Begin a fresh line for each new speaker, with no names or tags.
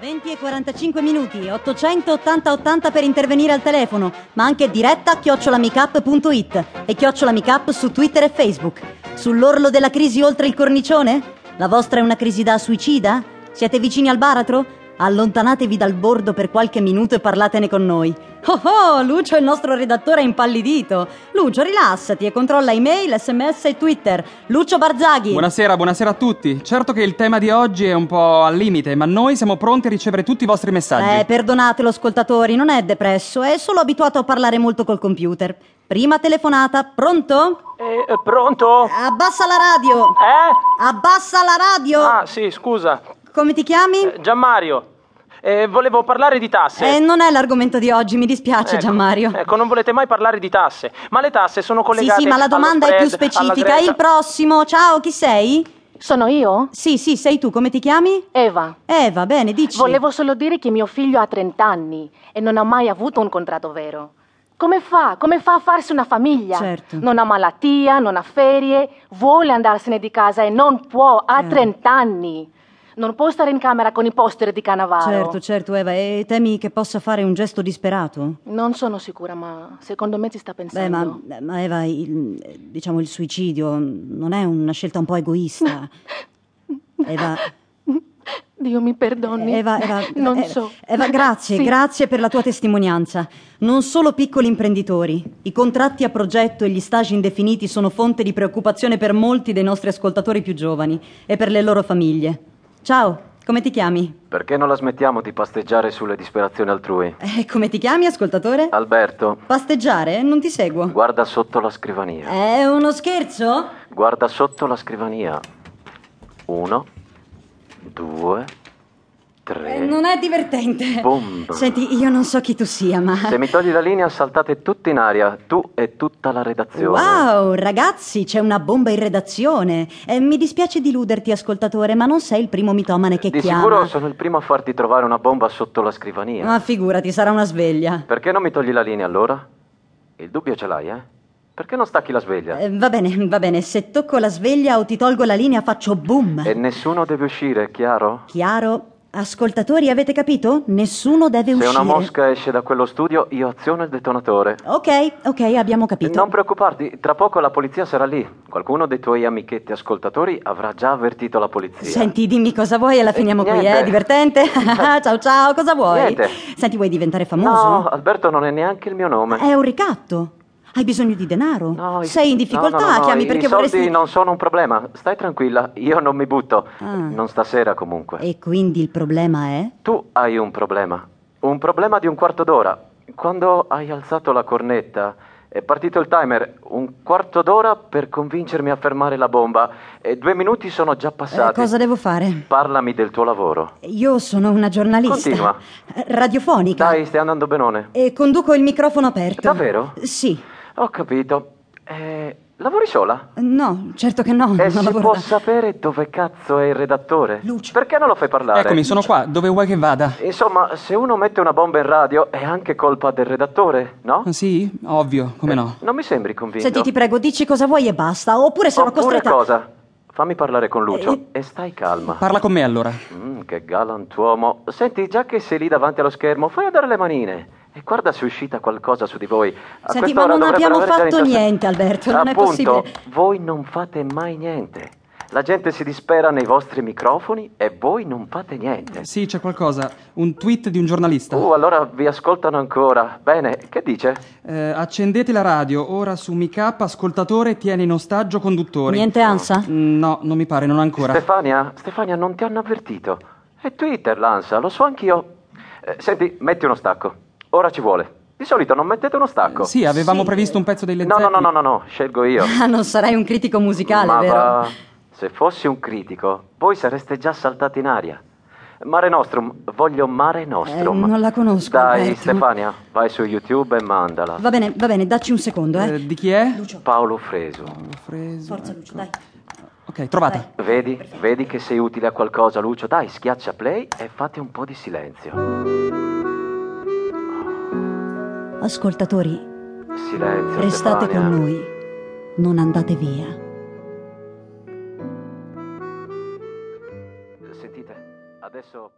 20 e 45 minuti, 880 80 per intervenire al telefono, ma anche diretta a chiocciolamicap.it e chiocciolamicap su Twitter e Facebook. Sull'orlo della crisi oltre il cornicione? La vostra è una crisi da suicida? Siete vicini al baratro? Allontanatevi dal bordo per qualche minuto e parlatene con noi. Oh oh, Lucio, il nostro redattore, è impallidito. Lucio, rilassati e controlla email, sms e Twitter. Lucio Barzaghi.
Buonasera, buonasera a tutti. Certo che il tema di oggi è un po' al limite, ma noi siamo pronti a ricevere tutti i vostri messaggi.
Eh, perdonatelo, ascoltatori, non è depresso, è solo abituato a parlare molto col computer. Prima telefonata, pronto?
Eh, eh, pronto?
Abbassa la radio!
Eh?
Abbassa la radio!
Ah, sì, scusa.
Come ti chiami?
Eh, Gianmario. Eh, volevo parlare di tasse.
Eh, non è l'argomento di oggi, mi dispiace
Ecco,
Gianmario.
Ecco, non volete mai parlare di tasse. Ma le tasse sono
Sì,
collegate
sì, ma la
allo
domanda è più
spread, alla
specifica.
Grecia.
Il prossimo, ciao, chi sei?
Sono io?
Sì, sì, sei tu, come ti chiami?
Eva.
Eva, bene, dici.
Volevo solo dire che mio figlio ha 30 anni e non ha mai avuto un contratto vero. Come fa? Come fa a farsi una famiglia?
Certo.
Non ha malattia, non ha ferie, vuole andarsene di casa e non può, ha
Chiaro.
30 anni. Non può stare in camera con i poster di Cannavaro.
Certo, certo, Eva, e temi che possa fare un gesto disperato?
Non sono sicura, ma secondo me ci sta
Beh,
pensando.
ma, ma Eva, il- eh, diciamo il suicidio non è una scelta un po' egoista. Eva,
Dio mi perdoni.
Eva, Eva,
non
Eva-
so.
Eva, grazie,
Sì.
grazie per la tua testimonianza. Non solo piccoli imprenditori, i contratti a progetto e gli stage indefiniti sono fonte di preoccupazione per molti dei nostri ascoltatori più giovani e per le loro famiglie. Ciao, come ti chiami?
Perché non la smettiamo di pasteggiare sulle disperazioni altrui?
Eh, come ti chiami, ascoltatore?
Alberto,
Pasteggiare? Non ti seguo.
guarda sotto la scrivania.
È uno scherzo?
Guarda sotto la scrivania. Uno, due, tre.
Eh, Non è divertente.
Bomba.
Senti, io non so chi tu sia, ma.
Se mi togli la linea, saltate tutti in aria, tu e tutta la redazione.
Wow, ragazzi, c'è una bomba in redazione. Eh, mi dispiace diluderti, ascoltatore, ma non sei il primo mitomane che
Di
chiama.
sicuro sono il primo a farti trovare una bomba sotto la scrivania.
Ma figurati, sarà una sveglia.
Perché non mi togli la linea allora? Il dubbio ce l'hai, eh? Perché non stacchi la sveglia?
Eh, va bene, va bene, se tocco la sveglia o ti tolgo la linea faccio boom.
E nessuno deve uscire, chiaro?
Chiaro? Ascoltatori, avete capito? Nessuno deve
Se
uscire.
una mosca esce da quello studio, io aziono il detonatore.
Ok, ok, abbiamo capito.
Non preoccuparti, tra poco la polizia sarà lì. Qualcuno dei tuoi amichetti ascoltatori avrà già avvertito la polizia.
Senti, dimmi cosa vuoi e la finiamo qui,
eh. niente.
eh? Divertente? ciao ciao, cosa vuoi?
Niente.
Senti, vuoi diventare famoso?
No, Alberto non è neanche il mio nome.
È un ricatto. Hai bisogno di denaro.
No, i-
Sei in difficoltà,
no, no, no,
chiami
i-
perché
i soldi
vorresti.
non sono un problema. Stai tranquilla, io non mi butto.
Ah. Eh.
Non stasera comunque.
E quindi il problema è? eh,
Tu hai un problema. Un problema di un quarto d'ora. Quando hai alzato la cornetta è partito il timer. Un quarto d'ora per convincermi a fermare la bomba. E due minuti sono già
Eh,
passati.
cosa devo fare?
Parlami del tuo lavoro.
Io sono una giornalista.
Continua.
Eh, Radiofonica.
Dai, stai andando benone.
E conduco il microfono aperto.
Davvero?
Sì.
Ho capito. Eh, lavori sola?
No, certo che no.
E
non
Eh, si
lavoro
può
da-
sapere dove cazzo è il redattore?
Lucio.
Perché non lo fai parlare?
Eccomi, sono qua, dove vuoi che vada?
Insomma, se uno mette una bomba in radio è anche colpa del redattore, no? Eh,
Ah, Sì, ovvio, come no?
Non mi sembri convinto.
Senti, ti prego, dici cosa vuoi e basta. Oppure sono
Oppure
costretta.
cosa? Fammi parlare con Lucio
Eh.
e stai calma.
Parla con me allora.
Mm, che galantuomo. Senti, già che sei lì davanti allo schermo, fai a dare le manine. E guarda se è uscita qualcosa su di voi. A
Senti, ma
quest'ora
non
dovrebbero
abbiamo
aver già
fatto
intercettato-
niente, Alberto, non è
Appunto,
possibile.
voi non fate mai niente. La gente si dispera nei vostri microfoni e voi non fate niente.
Sì, c'è qualcosa. Un tweet di un giornalista.
Uh, allora vi ascoltano ancora. Bene, che dice?
Eh, accendete la radio, ora su MK, ascoltatore tiene in ostaggio conduttori. Mm,
Niente ansa?
No, non mi pare, non ancora.
Stefania, Stefania, non ti hanno avvertito. È Twitter, Lanza, lo so anch'io. Eh, senti, metti uno stacco. Ora ci vuole. Di solito non mettete uno stacco.
Sì, avevamo previsto un pezzo dei
ecco. No,
Led
no, no,
Zeppelin.
no, no, no, scelgo io.
Ah, non sarai un critico musicale,
Ma
vero?
va, se fossi un critico, voi sareste già saltati in aria. Mare Nostrum, voglio Mare Nostrum.
Eh, non la conosco,
Dai,
Alberto.
Stefania, vai su YouTube e mandala.
Va bene, va bene, dacci un secondo, eh.
Eh, di chi è?
Paolo Fresu.
Ho preso,
Forza,
ecco.
Lucio, dai.
Ok, trovata.
Dai.
Vedi, vedi che sei utile a qualcosa, Lucio. Dai, schiaccia play e fate un po' di silenzio.
Ascoltatori,
Silenzio.
restate
Stefania.
con noi. Non andate via.
Sentite, adesso